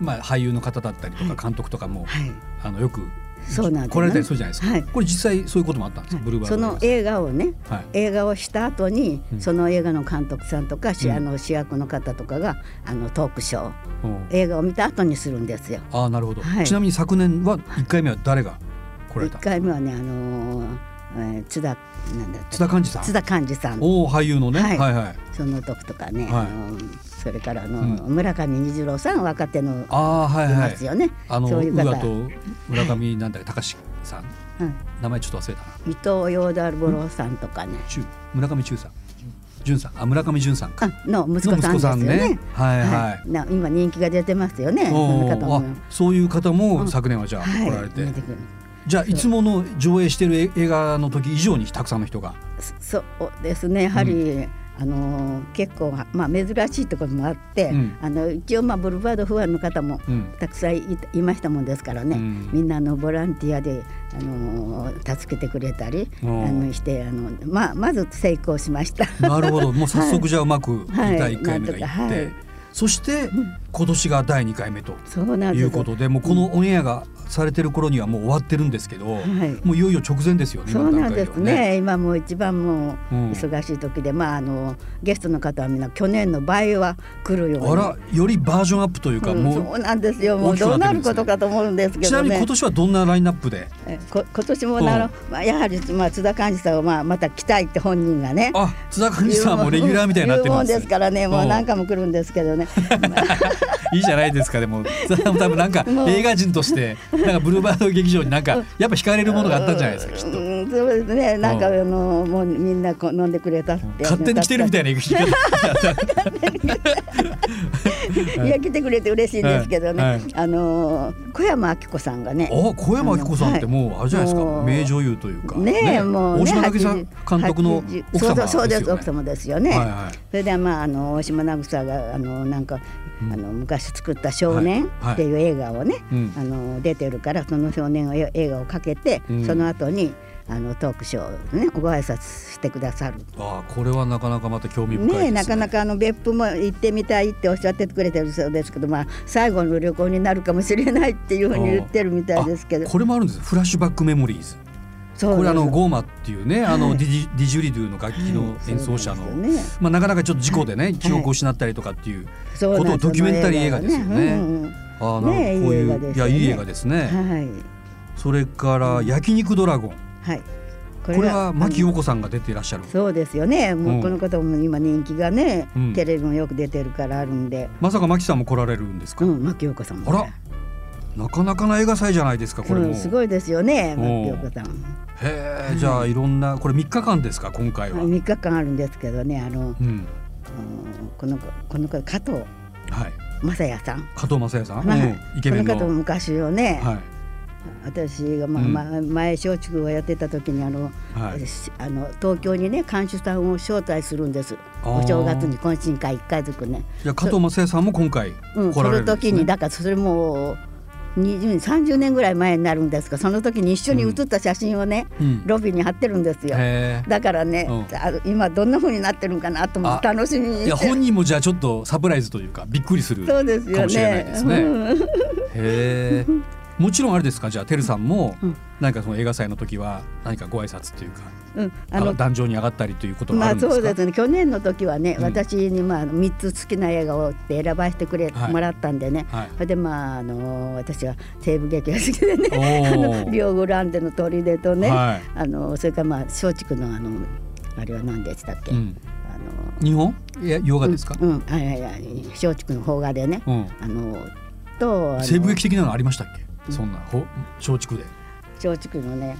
Speaker 2: まあ、俳優の方だったりとか監督とかも、
Speaker 3: のはい。
Speaker 2: あのよく
Speaker 3: そうなんです
Speaker 2: 来
Speaker 3: ね
Speaker 2: られたりするじゃないですか、
Speaker 3: はい
Speaker 2: これ実際そういうこともあったんですか、ブルーバード
Speaker 3: その映画をね、
Speaker 2: はい
Speaker 3: 映画をした後に、
Speaker 2: うん
Speaker 3: その映画の監督さんとか、し
Speaker 2: うん
Speaker 3: あの主役の方とかがあのトークショー
Speaker 2: うん
Speaker 3: 映画を見た後にするんですよ。
Speaker 2: ああなるほど、
Speaker 3: はい
Speaker 2: ちなみに昨年は1回目は誰が来られ
Speaker 3: 一
Speaker 2: た
Speaker 3: 回目はねあのーえー津田なんだっけ
Speaker 2: 津田寛治さん
Speaker 3: 津田寛治さん
Speaker 2: おお俳優のね、は、
Speaker 3: はいい
Speaker 2: はい
Speaker 3: その時とかね、
Speaker 2: はい
Speaker 3: あのーそれからあのー、
Speaker 2: う
Speaker 3: 村上虹郎さん若手のい
Speaker 2: ああはいは
Speaker 3: ま
Speaker 2: い
Speaker 3: すよね。
Speaker 2: あの
Speaker 3: そういう
Speaker 2: 宇
Speaker 3: 方
Speaker 2: 和と村上なんだか隆さん
Speaker 3: うん
Speaker 2: 名前ちょっと忘れたな
Speaker 3: 伊藤洋太郎さんとかね、
Speaker 2: 中村上中さん潤さんあ村上潤さんか
Speaker 3: あの息子さんですよ
Speaker 2: の
Speaker 3: ね。
Speaker 2: はいはい、
Speaker 3: な今人気が出てますよね。そ
Speaker 2: お
Speaker 3: の
Speaker 2: ー
Speaker 3: 方も。
Speaker 2: あそういう方も昨年はじゃあ
Speaker 3: はい
Speaker 2: 来られて、
Speaker 3: 出てくる
Speaker 2: じゃあいつもの上映してる映画の時以上にたくさんの人 が
Speaker 3: そそうですねやはり、あのー結構、まあ、珍しいところもあって、
Speaker 2: うん
Speaker 3: あの一応、まあ、ブルーバード不安の方も
Speaker 2: うん
Speaker 3: たくさんいいましたもんですからね、
Speaker 2: うん
Speaker 3: みんなあのボランティアで、あのー助けてくれたりあ
Speaker 2: おー
Speaker 3: のしてあの、まあ、まず成功しました。
Speaker 2: なるほどもう早速じゃあうまく
Speaker 3: はい
Speaker 2: 第1回目がいって、
Speaker 3: なんとかはい
Speaker 2: そして今年が第2回目と
Speaker 3: そうなんです
Speaker 2: いうことでもうこのオンエアがされてる頃にはもう終わってるんですけど、
Speaker 3: い
Speaker 2: もういよいよ直前ですよね
Speaker 3: そうなんです
Speaker 2: 今の段階は
Speaker 3: ね今もう一番もう
Speaker 2: うん
Speaker 3: 忙しい時で、まああのゲストの方はみんな去年の倍は来るように
Speaker 2: あらよりバージョンアップというか、
Speaker 3: うん
Speaker 2: もう
Speaker 3: そうなんですよも
Speaker 2: 大
Speaker 3: う
Speaker 2: きく
Speaker 3: ど
Speaker 2: な
Speaker 3: う
Speaker 2: ってるんですね
Speaker 3: なることかと思うんですけ
Speaker 2: ちな
Speaker 3: ど
Speaker 2: みに
Speaker 3: ね
Speaker 2: 今年はどんなラインナップで
Speaker 3: えこ今年もなら、まあ、やはり、まあ、津田寛治さんは、まあ、また来たいって本人がね
Speaker 2: あ津田寛治さんもレギュラーみたいになって
Speaker 3: 言うも
Speaker 2: ま
Speaker 3: ん
Speaker 2: す
Speaker 3: ですからねもう何回も来るんですけど ね
Speaker 2: いいじゃないですかでも津田さんも多分なんか
Speaker 3: もう
Speaker 2: 映画人としてなんかブルーバード劇場になんかやっぱ惹かれるものがあったんじゃないですかきっと
Speaker 3: うんそうですねなんかあ
Speaker 2: う
Speaker 3: のもうみんなこう飲んでくれたって
Speaker 2: 勝手に来てるみたいな言い方
Speaker 3: いや来てくれて嬉しいんですけどね、
Speaker 2: はいはい
Speaker 3: あの小山明子さんがね
Speaker 2: あ小山明子さんってもうあれじゃないです
Speaker 3: も
Speaker 2: か
Speaker 3: う
Speaker 2: 名女優というか
Speaker 3: ねえもうね
Speaker 2: 大島渚監督の
Speaker 3: 80
Speaker 2: 奥様
Speaker 3: そうそうそ
Speaker 2: で
Speaker 3: うですす
Speaker 2: よ
Speaker 3: 奥
Speaker 2: ね
Speaker 3: 様ですよね、
Speaker 2: はいはい
Speaker 3: それでまああの大島渚があのなんか、あの昔作った「少年
Speaker 2: はいはい」
Speaker 3: っていう映画をね、
Speaker 2: うん
Speaker 3: あの出てるからその少年を映画をかけて、
Speaker 2: うん
Speaker 3: その後にあのトークショーねご挨拶してくださる。
Speaker 2: あこれはなかなかまた興味深いです
Speaker 3: ね
Speaker 2: ね
Speaker 3: えなかなかあの別府も行ってみたいっておっしゃってくれてるそうですけど、まあ、最後の旅行になるかもしれないっていうふうに言ってるみたいですけど
Speaker 2: あこれもあるんですフラッシュバックメモリーズ
Speaker 3: そう
Speaker 2: これあの
Speaker 3: です
Speaker 2: ゴーマっていうねあのディジディジュリドゥの楽器の演奏者
Speaker 3: そ
Speaker 2: の
Speaker 3: うなんですよね
Speaker 2: まあなかなかちょっと事故でね記憶を失ったりとかっていう
Speaker 3: そう
Speaker 2: こ
Speaker 3: なん
Speaker 2: とを
Speaker 3: です
Speaker 2: ドキュメンタリー映画ですよ
Speaker 3: その映画
Speaker 2: ね。
Speaker 3: はね
Speaker 2: ああなるほど
Speaker 3: ねえ
Speaker 2: こうい
Speaker 3: いい映画
Speaker 2: う
Speaker 3: で
Speaker 2: い
Speaker 3: すよ
Speaker 2: や
Speaker 3: ね
Speaker 2: いい映画ですね。
Speaker 3: うんうんはい
Speaker 2: それから焼肉ドラゴン
Speaker 3: はい
Speaker 2: これは牧陽子さんが出ていらっしゃる
Speaker 3: そうですよねも
Speaker 2: うん
Speaker 3: うこの方も今人気がね、
Speaker 2: うん
Speaker 3: テレビもよく出てるからあるんで、
Speaker 2: まさか牧さんも来られるんですか、
Speaker 3: うん、牧陽子さんも、
Speaker 2: あらなかなかな映画祭じゃないですかこれ
Speaker 3: う
Speaker 2: も
Speaker 3: んすごいですよね
Speaker 2: うん
Speaker 3: 牧陽子さん。
Speaker 2: へえじゃあいろんなこれ3日間ですか今回は、
Speaker 3: 3日間あるんですけどねあの、
Speaker 2: うん
Speaker 3: うんこの子この子加藤
Speaker 2: はい
Speaker 3: 正也さん、
Speaker 2: 加藤正也さん、
Speaker 3: まあ
Speaker 2: うんイケメンの
Speaker 3: この方も昔をね、
Speaker 2: はい
Speaker 3: 私が、まあ
Speaker 2: うん
Speaker 3: まあ前松竹をやってた時にあの、
Speaker 2: はい
Speaker 3: しあの東京にね看守さんを招待するんです
Speaker 2: あー
Speaker 3: お正月に懇親会1回ずつね、
Speaker 2: いや加藤正也さんも今回
Speaker 3: うん、
Speaker 2: 来
Speaker 3: そ
Speaker 2: られる
Speaker 3: の
Speaker 2: んです、ね
Speaker 3: 時にだからそれも20 30年ぐらい前になるんですがその時に一緒に写った写真をね、
Speaker 2: うん
Speaker 3: ロビーに貼ってるんですよ。
Speaker 2: へえ
Speaker 3: だからね、
Speaker 2: うん
Speaker 3: あの今どんな風になってるんかなと思って
Speaker 2: あ
Speaker 3: 楽しみに
Speaker 2: いや
Speaker 3: して
Speaker 2: 本人もじゃあちょっとサプライズというかびっくりする
Speaker 3: そうです
Speaker 2: か
Speaker 3: よ
Speaker 2: もしれない
Speaker 3: ね
Speaker 2: ですね
Speaker 3: うん
Speaker 2: へえもちろんあれですかじゃあてるさんも
Speaker 3: うん
Speaker 2: 何かその映画祭の時は何かご挨拶というか
Speaker 3: うんあ
Speaker 2: あ
Speaker 3: の
Speaker 2: 壇上に上がったりということが
Speaker 3: ま
Speaker 2: ある
Speaker 3: あ
Speaker 2: んですか、
Speaker 3: そうですね去年の時はね、
Speaker 2: うん
Speaker 3: 私にまあ3つ好きな映画をって選ばせてくれ、
Speaker 2: はい
Speaker 3: もらったんでね、
Speaker 2: はい
Speaker 3: それでまあ、あのー私は西部劇が好きでね
Speaker 2: おー
Speaker 3: 「あのビオグランデの砦」とね、
Speaker 2: はい
Speaker 3: あのーそれからまあ松竹のあのあれは何でしたっけ、
Speaker 2: うん
Speaker 3: あのー
Speaker 2: 日本いや洋画ですか、
Speaker 3: うん、あいやいや松竹の邦画でね、
Speaker 2: うん
Speaker 3: あのーとあのー
Speaker 2: 西部劇的なのありましたっけ、そんなほ松竹で
Speaker 3: 松竹のね、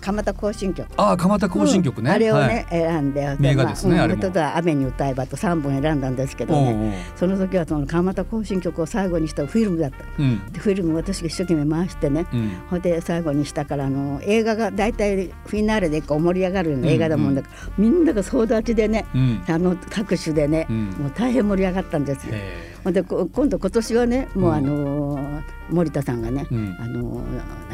Speaker 3: 蒲田行進曲
Speaker 2: ああ蒲田行進曲ね、
Speaker 3: うんあれを
Speaker 2: は
Speaker 3: ね、選んで
Speaker 2: 名画ですね
Speaker 3: まあ
Speaker 2: あれ
Speaker 3: う
Speaker 2: も
Speaker 3: ん、とは雨に歌えばと3本選んだんですけど
Speaker 2: おう
Speaker 3: ねその時はその蒲田行進曲を最後にしたフィルムだった
Speaker 2: おううん
Speaker 3: でフィルムを私が一生懸命回してね、
Speaker 2: うん
Speaker 3: ほいで最後にしたからあの映画が大体フィナーレでこう盛り上がるような映画だもんだから、みんなが総立ちでね、
Speaker 2: うん
Speaker 3: あの拍手でね、
Speaker 2: うん
Speaker 3: もう大変盛り上がったんですよ。
Speaker 2: へ
Speaker 3: ほんでこ今度今年はねもう
Speaker 2: うん
Speaker 3: あのー森田さんがね、
Speaker 2: うん
Speaker 3: あの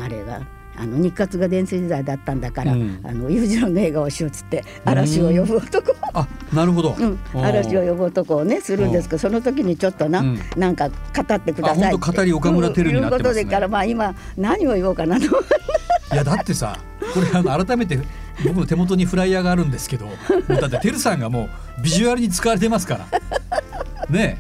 Speaker 3: ーあれがあの日活が電水時代だったんだから、
Speaker 2: うん
Speaker 3: あの裕次郎の映画をしようっつって嵐を呼ぶ男、
Speaker 2: ーあなるほど、
Speaker 3: うん、
Speaker 2: おう
Speaker 3: 嵐を呼ぶ男をねするんですけどその時にちょっとな、
Speaker 2: うん
Speaker 3: なんか語ってください
Speaker 2: あ
Speaker 3: っ
Speaker 2: ほんと
Speaker 3: て
Speaker 2: 語り岡村テルになってますね
Speaker 3: うんいうことでからまあ今何を言おうかなと
Speaker 2: いやだってさこれあの改めて僕の手元にフライヤーがあるんですけどもうだっててるさんがもうビジュアルに使われてますからね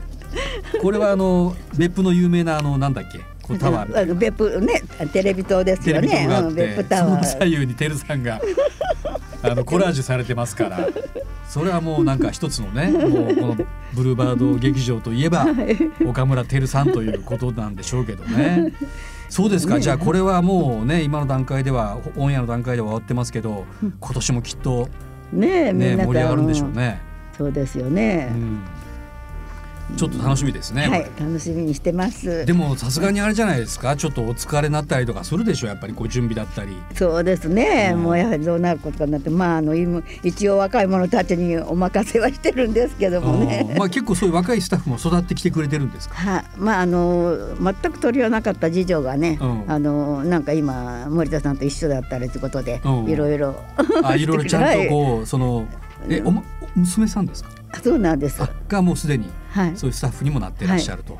Speaker 2: えこれはあの別府の有名なあのなんだっけこうタワーみた
Speaker 3: あ
Speaker 2: いな
Speaker 3: の別府ねテレビ塔です
Speaker 2: テ
Speaker 3: よ
Speaker 2: レビ
Speaker 3: ね
Speaker 2: 塔があ
Speaker 3: う
Speaker 2: っ
Speaker 3: ん、
Speaker 2: て、
Speaker 3: 別府タ
Speaker 2: そ
Speaker 3: ワ
Speaker 2: の
Speaker 3: ー
Speaker 2: 左右にてるさん があのコラージュされてますからそれはもうなんか一つのねもうこのブルーバード劇場といえば岡村てるさんということなんでしょうけどね。そうですかじゃあこれはもうね今の段階ではオンエアの段階では終わってますけど今年もきっと、
Speaker 3: ねえみ
Speaker 2: ね、
Speaker 3: んな
Speaker 2: 盛
Speaker 3: と
Speaker 2: り上がるんでしょうね。
Speaker 3: そうですよね
Speaker 2: う、んちょっと楽しみですね、
Speaker 3: は
Speaker 2: こ
Speaker 3: い
Speaker 2: れ
Speaker 3: 楽しみにしてます
Speaker 2: でもさすがにあれじゃないですかちょっとお疲れになったりとかするでしょうやっぱりこう準備だったり。
Speaker 3: そうですね、
Speaker 2: うん
Speaker 3: もうやはりどうなることかなってまああの今一応若い者たちにお任せはしてるんですけどもね
Speaker 2: あーまあ結構そういう若いスタッフも育ってきてくれてるんです か。
Speaker 3: はまああの全く取りはなかった次女がね、
Speaker 2: うん
Speaker 3: あのなんか今森田さんと一緒だったりということで、
Speaker 2: うん
Speaker 3: いろいろ
Speaker 2: あいろいろちゃ んとこう、そのえ
Speaker 3: うん
Speaker 2: お,、ま、お娘さんですか。
Speaker 3: はいそうなんです
Speaker 2: あがもうすでに
Speaker 3: はい
Speaker 2: そういうスタッフにもなってらっしゃると。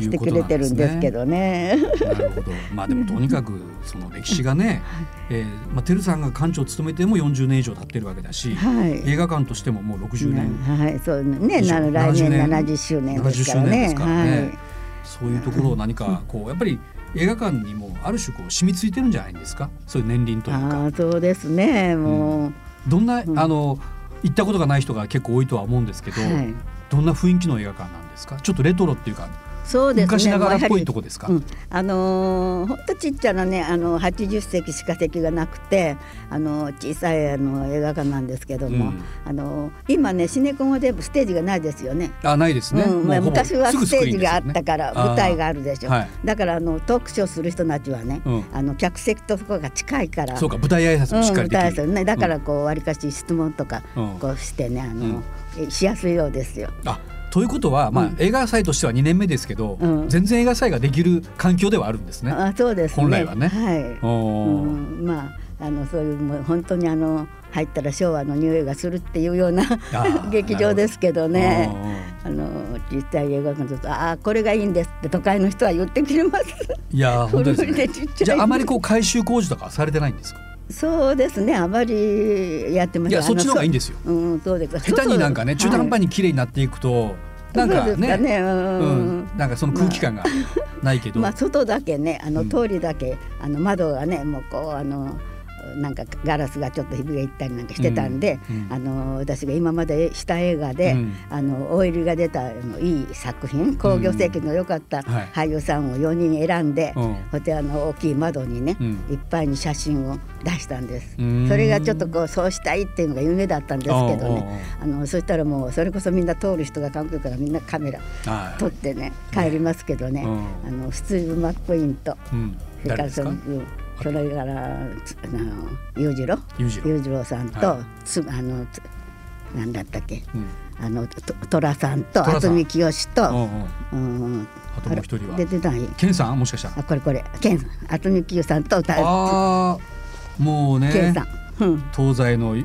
Speaker 2: い
Speaker 3: し
Speaker 2: う
Speaker 3: て
Speaker 2: こ
Speaker 3: く
Speaker 2: と
Speaker 3: れ
Speaker 2: なん
Speaker 3: て
Speaker 2: で
Speaker 3: る
Speaker 2: す
Speaker 3: ん
Speaker 2: ね
Speaker 3: ですけどね
Speaker 2: なるほどまあでもとにかくその歴史がね、えーまあ、てるさんが館長を務めても40年以上経ってるわけだし、
Speaker 3: はい
Speaker 2: 映画館としてももう60年
Speaker 3: はいそうねな
Speaker 2: 70
Speaker 3: 来年
Speaker 2: 年
Speaker 3: 70周年
Speaker 2: 70
Speaker 3: です
Speaker 2: 周
Speaker 3: から
Speaker 2: 年で
Speaker 3: ね
Speaker 2: すからね、そういうところを何かこうやっぱり映画館にもある種こう染みついてるんじゃないんですかそういう年輪というか。
Speaker 3: はい、ああそうですねもう、
Speaker 2: どんな、
Speaker 3: うん
Speaker 2: あの行ったことがない人が結構多いとは思うんですけど、
Speaker 3: はい
Speaker 2: どんな雰囲気の映画館なんですかちょっとレトロっていうか
Speaker 3: そうですね
Speaker 2: 昔ながらっぽ
Speaker 3: もうやはいり
Speaker 2: とこですか、
Speaker 3: うん、あのーほんとちっちゃなねあの80席しか席がなくてあの小さいあの映画館なんですけど
Speaker 2: う
Speaker 3: も、
Speaker 2: ん
Speaker 3: あの今ねシネコンは全部ステージがないですよね。
Speaker 2: あないですね、
Speaker 3: うんまあ、
Speaker 2: もうほぼ
Speaker 3: 昔は
Speaker 2: すぐ
Speaker 3: ステージ
Speaker 2: クリ
Speaker 3: があ
Speaker 2: ーンですよね
Speaker 3: ったから
Speaker 2: あー
Speaker 3: 舞台があるでしょ、
Speaker 2: はい
Speaker 3: だからあのトークショーする人たちはね、
Speaker 2: うん
Speaker 3: あの客席とそこが近いから
Speaker 2: そうか舞台挨拶もしっかりできる、
Speaker 3: うん、歌いますよねだからこうわりかし質問とか
Speaker 2: うん
Speaker 3: こうしてねあ
Speaker 2: うん
Speaker 3: の、えしやすいようですよ。
Speaker 2: あということは、まあ
Speaker 3: うん
Speaker 2: 映画祭としては2年目ですけど、
Speaker 3: うん
Speaker 2: 全然映画祭ができる環境ではあるんですね。
Speaker 3: あそうですね
Speaker 2: 本来はね
Speaker 3: はい
Speaker 2: おー
Speaker 3: うん、まああのそういうもう本当にあの入ったら昭和の匂いがするっていうような
Speaker 2: ー
Speaker 3: 劇場ですけど
Speaker 2: なるほど
Speaker 3: ね
Speaker 2: うんうん
Speaker 3: あの小さい映画館だと「ああこれがいいんです」って都会の人は言ってくれ ます。
Speaker 2: いやー本当です
Speaker 3: 古
Speaker 2: ね
Speaker 3: いねちっちゃい
Speaker 2: じゃああまりこう改修工事とかはされてないんですか
Speaker 3: そうですねあまりやってま
Speaker 2: い
Speaker 3: せん
Speaker 2: やそっちの方がいいん
Speaker 3: で
Speaker 2: ですよ
Speaker 3: すうんそうです
Speaker 2: 下手になんかね中途半端
Speaker 3: に
Speaker 2: に綺麗になっていくと、なんか
Speaker 3: そうです
Speaker 2: ね
Speaker 3: かねうん
Speaker 2: うん、なんかその空気感がないけど、
Speaker 3: まあ外だけねあ
Speaker 2: う
Speaker 3: の
Speaker 2: ん
Speaker 3: 通りだけ、あの窓がねもうこうあのなんかガラスがちょっとひびがいったりなんかしてたんで、
Speaker 2: うんうん
Speaker 3: あの私が今までした映画で、
Speaker 2: うん
Speaker 3: あのオイルが出たあのいい作品興行成績の良かった
Speaker 2: はい
Speaker 3: 俳優さんを4人選んで、
Speaker 2: うん
Speaker 3: ほてあの大きい窓にね、
Speaker 2: うん
Speaker 3: いっぱいに写真を出したんです
Speaker 2: う。ーん
Speaker 3: それがちょっとこうそうしたいっていうのが夢だったんですけどねあのそしたらもうそれこそみんな通る人が韓国からみんなカメラ
Speaker 2: はい
Speaker 3: 撮ってね帰りますけどね、
Speaker 2: うん
Speaker 3: あのスティーブ・マック・イーンと
Speaker 2: うん
Speaker 3: そ
Speaker 2: 誰
Speaker 3: れから
Speaker 2: です
Speaker 3: その
Speaker 2: か
Speaker 3: うんそれからつあの裕次郎
Speaker 2: 裕次郎
Speaker 3: 裕次郎さんと、
Speaker 2: は
Speaker 3: つあのつなんだったっけ
Speaker 2: うん
Speaker 3: あのと寅さん
Speaker 2: 寅
Speaker 3: と
Speaker 2: さん
Speaker 3: 渥美清
Speaker 2: うん
Speaker 3: と、
Speaker 2: うん
Speaker 3: うん、
Speaker 2: あともう一人は
Speaker 3: あれ出てない
Speaker 2: ケンさんもしかしたら
Speaker 3: あこれこれ健さん渥美清さんと歌う
Speaker 2: あーもう
Speaker 3: 健
Speaker 2: ね
Speaker 3: さん、うん
Speaker 2: 東西の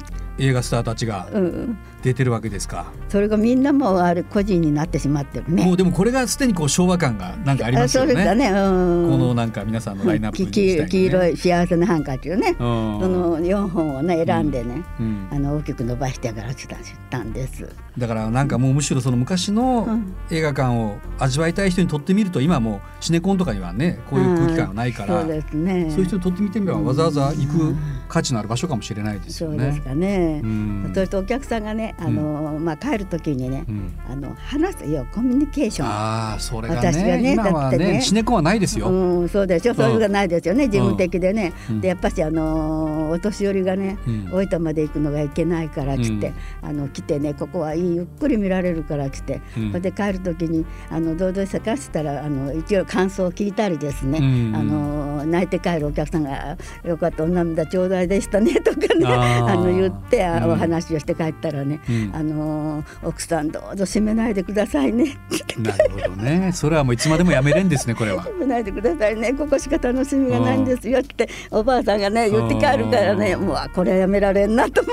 Speaker 2: 映画スターたちが
Speaker 3: うんうん、
Speaker 2: 出てるわけですか、
Speaker 3: それがみんなもうあれ個人になってしまってるね。
Speaker 2: もうでもこれがすでにこう昭和感がなんかありますよね
Speaker 3: あそうだね、うん、
Speaker 2: このなんか皆さんのラインナップ
Speaker 3: き
Speaker 2: 自体にね、
Speaker 3: き黄色い幸せなハンカチを
Speaker 2: う
Speaker 3: ね、
Speaker 2: ん
Speaker 3: その4本をね選んでね、
Speaker 2: うん
Speaker 3: あの大きく伸ばしてから来たしたんです。
Speaker 2: だからなんかもうむしろその昔の
Speaker 3: うん
Speaker 2: 映画館を味わいたい人にとってみると今もうシネコンとかにはねこういう空気感はないから、
Speaker 3: うんそう
Speaker 2: そう
Speaker 3: ですね。
Speaker 2: いう人にとってみてみればわざわざ行く価値のある場所かもしれないですよ
Speaker 3: そう
Speaker 2: ね。
Speaker 3: ですかね。
Speaker 2: うん
Speaker 3: そしてお客さんがね、あのまあ帰る時にね、
Speaker 2: うん
Speaker 3: あの話すよコミュニケーション。
Speaker 2: ああそれがね
Speaker 3: 私がね
Speaker 2: 今はね
Speaker 3: だってね
Speaker 2: シネコンはないですよ。
Speaker 3: うん、そうですよ、そういうのがないですよね、事務的でね、
Speaker 2: うん
Speaker 3: でやっぱし、あのーお年寄りがね、
Speaker 2: うん
Speaker 3: 大分まで行くのがいけないからっつって、あの来てね、ここはいい、ゆっくり見られるからっつって、
Speaker 2: うん
Speaker 3: それで帰る時に、あの堂々探したらあの、一応感想を聞いたりですね、
Speaker 2: うん
Speaker 3: あのー泣いて帰るお客さんが、よかった、お涙ちょうだいでしたね とかね、
Speaker 2: あー
Speaker 3: あの言って、あ
Speaker 2: うん
Speaker 3: お話をして帰ったらね、
Speaker 2: うん
Speaker 3: あのー奥さん、どうぞ閉めないでくださいね って。
Speaker 2: なるほどねそれはもういつまでもやめれんですねこれは。
Speaker 3: 食べないでくださいねここしか楽しみがないんですよっておばあさんがね言って帰るからね
Speaker 2: うん
Speaker 3: もうあこれはやめられんなと思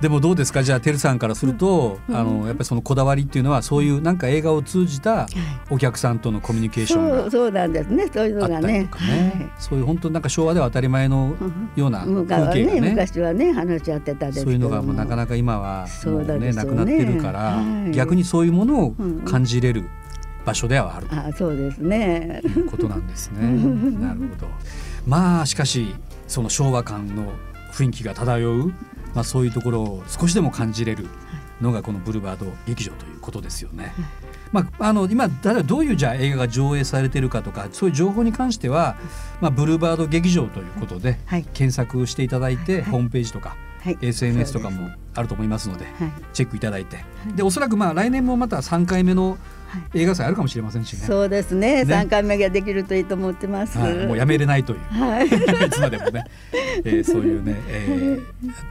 Speaker 2: でもどうですかじゃあてるさんからすると、あのやっぱりそのこだわりっていうのはそういうなんか映画を通じたお客さんとのコミュニケー
Speaker 3: う
Speaker 2: ションが
Speaker 3: そうそうなんですねそういう
Speaker 2: あ
Speaker 3: の
Speaker 2: った
Speaker 3: が
Speaker 2: り
Speaker 3: ね
Speaker 2: とかねそういう本当になんか昭和では当たり前のような
Speaker 3: はい
Speaker 2: 風
Speaker 3: 昔は
Speaker 2: 景
Speaker 3: ね
Speaker 2: がね
Speaker 3: 昔はね話し合ってたですけ
Speaker 2: そ
Speaker 3: ど
Speaker 2: ういうのがもうなか
Speaker 3: か
Speaker 2: なか今は
Speaker 3: そ
Speaker 2: もう
Speaker 3: うなん
Speaker 2: ね
Speaker 3: です
Speaker 2: な
Speaker 3: よ
Speaker 2: く
Speaker 3: ね
Speaker 2: なってるから、
Speaker 3: はい
Speaker 2: 逆にそういうものを
Speaker 3: うん
Speaker 2: 感じれる場所ではある
Speaker 3: あそうですね
Speaker 2: ということなんですね。なるほどまあしかしその昭和感の雰囲気が漂う、まあ、そういうところを少しでも感じれるのがこのブルバード劇場ということですよね。まあ、あの今例えばどういうじゃあ映画が上映されてるかとかそういう情報に関しては、まあ、ブルーバード劇場ということで
Speaker 3: はい
Speaker 2: 検索していただいて、ホームページとか、
Speaker 3: はい
Speaker 2: SNS と
Speaker 3: そ
Speaker 2: か
Speaker 3: うです
Speaker 2: もあると思いますので
Speaker 3: はい
Speaker 2: チェックいただいて、でおそらくまあ来年もまた3回目の映画祭あるかもしれませんしね。
Speaker 3: そうです
Speaker 2: ね
Speaker 3: ね三回目ができるといいと思ってます
Speaker 2: はい、もうやめれないと いう、
Speaker 3: はい
Speaker 2: いつまでもね、えーそういうね、え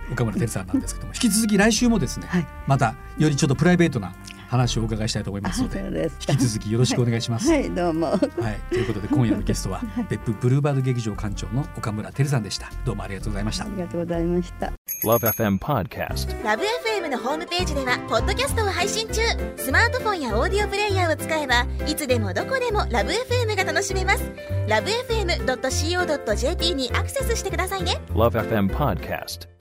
Speaker 2: ー岡村哲さんなんですけども引き続き来週もですね、
Speaker 3: はい
Speaker 2: またよりちょっとプライベートな話をお伺いしたいと思いますので
Speaker 3: あそうですか
Speaker 2: 引き続きよろしくお願いします。
Speaker 3: は
Speaker 2: はい
Speaker 3: いどうも
Speaker 2: ということで今夜のゲストは別府ブルーバード劇場館長の岡村哲さんでしたどうもありがとうございました
Speaker 3: ありがとうございました
Speaker 4: Love FM Podcast.
Speaker 5: ラブ f m のホームページではポッドキャストを配信中スマートフォンやオーディオプレイヤーを使えばいつでもどこでもラブ f m が楽しめますラブ FM.co.jp にアクセスしてくださいね
Speaker 4: Love FM Podcast.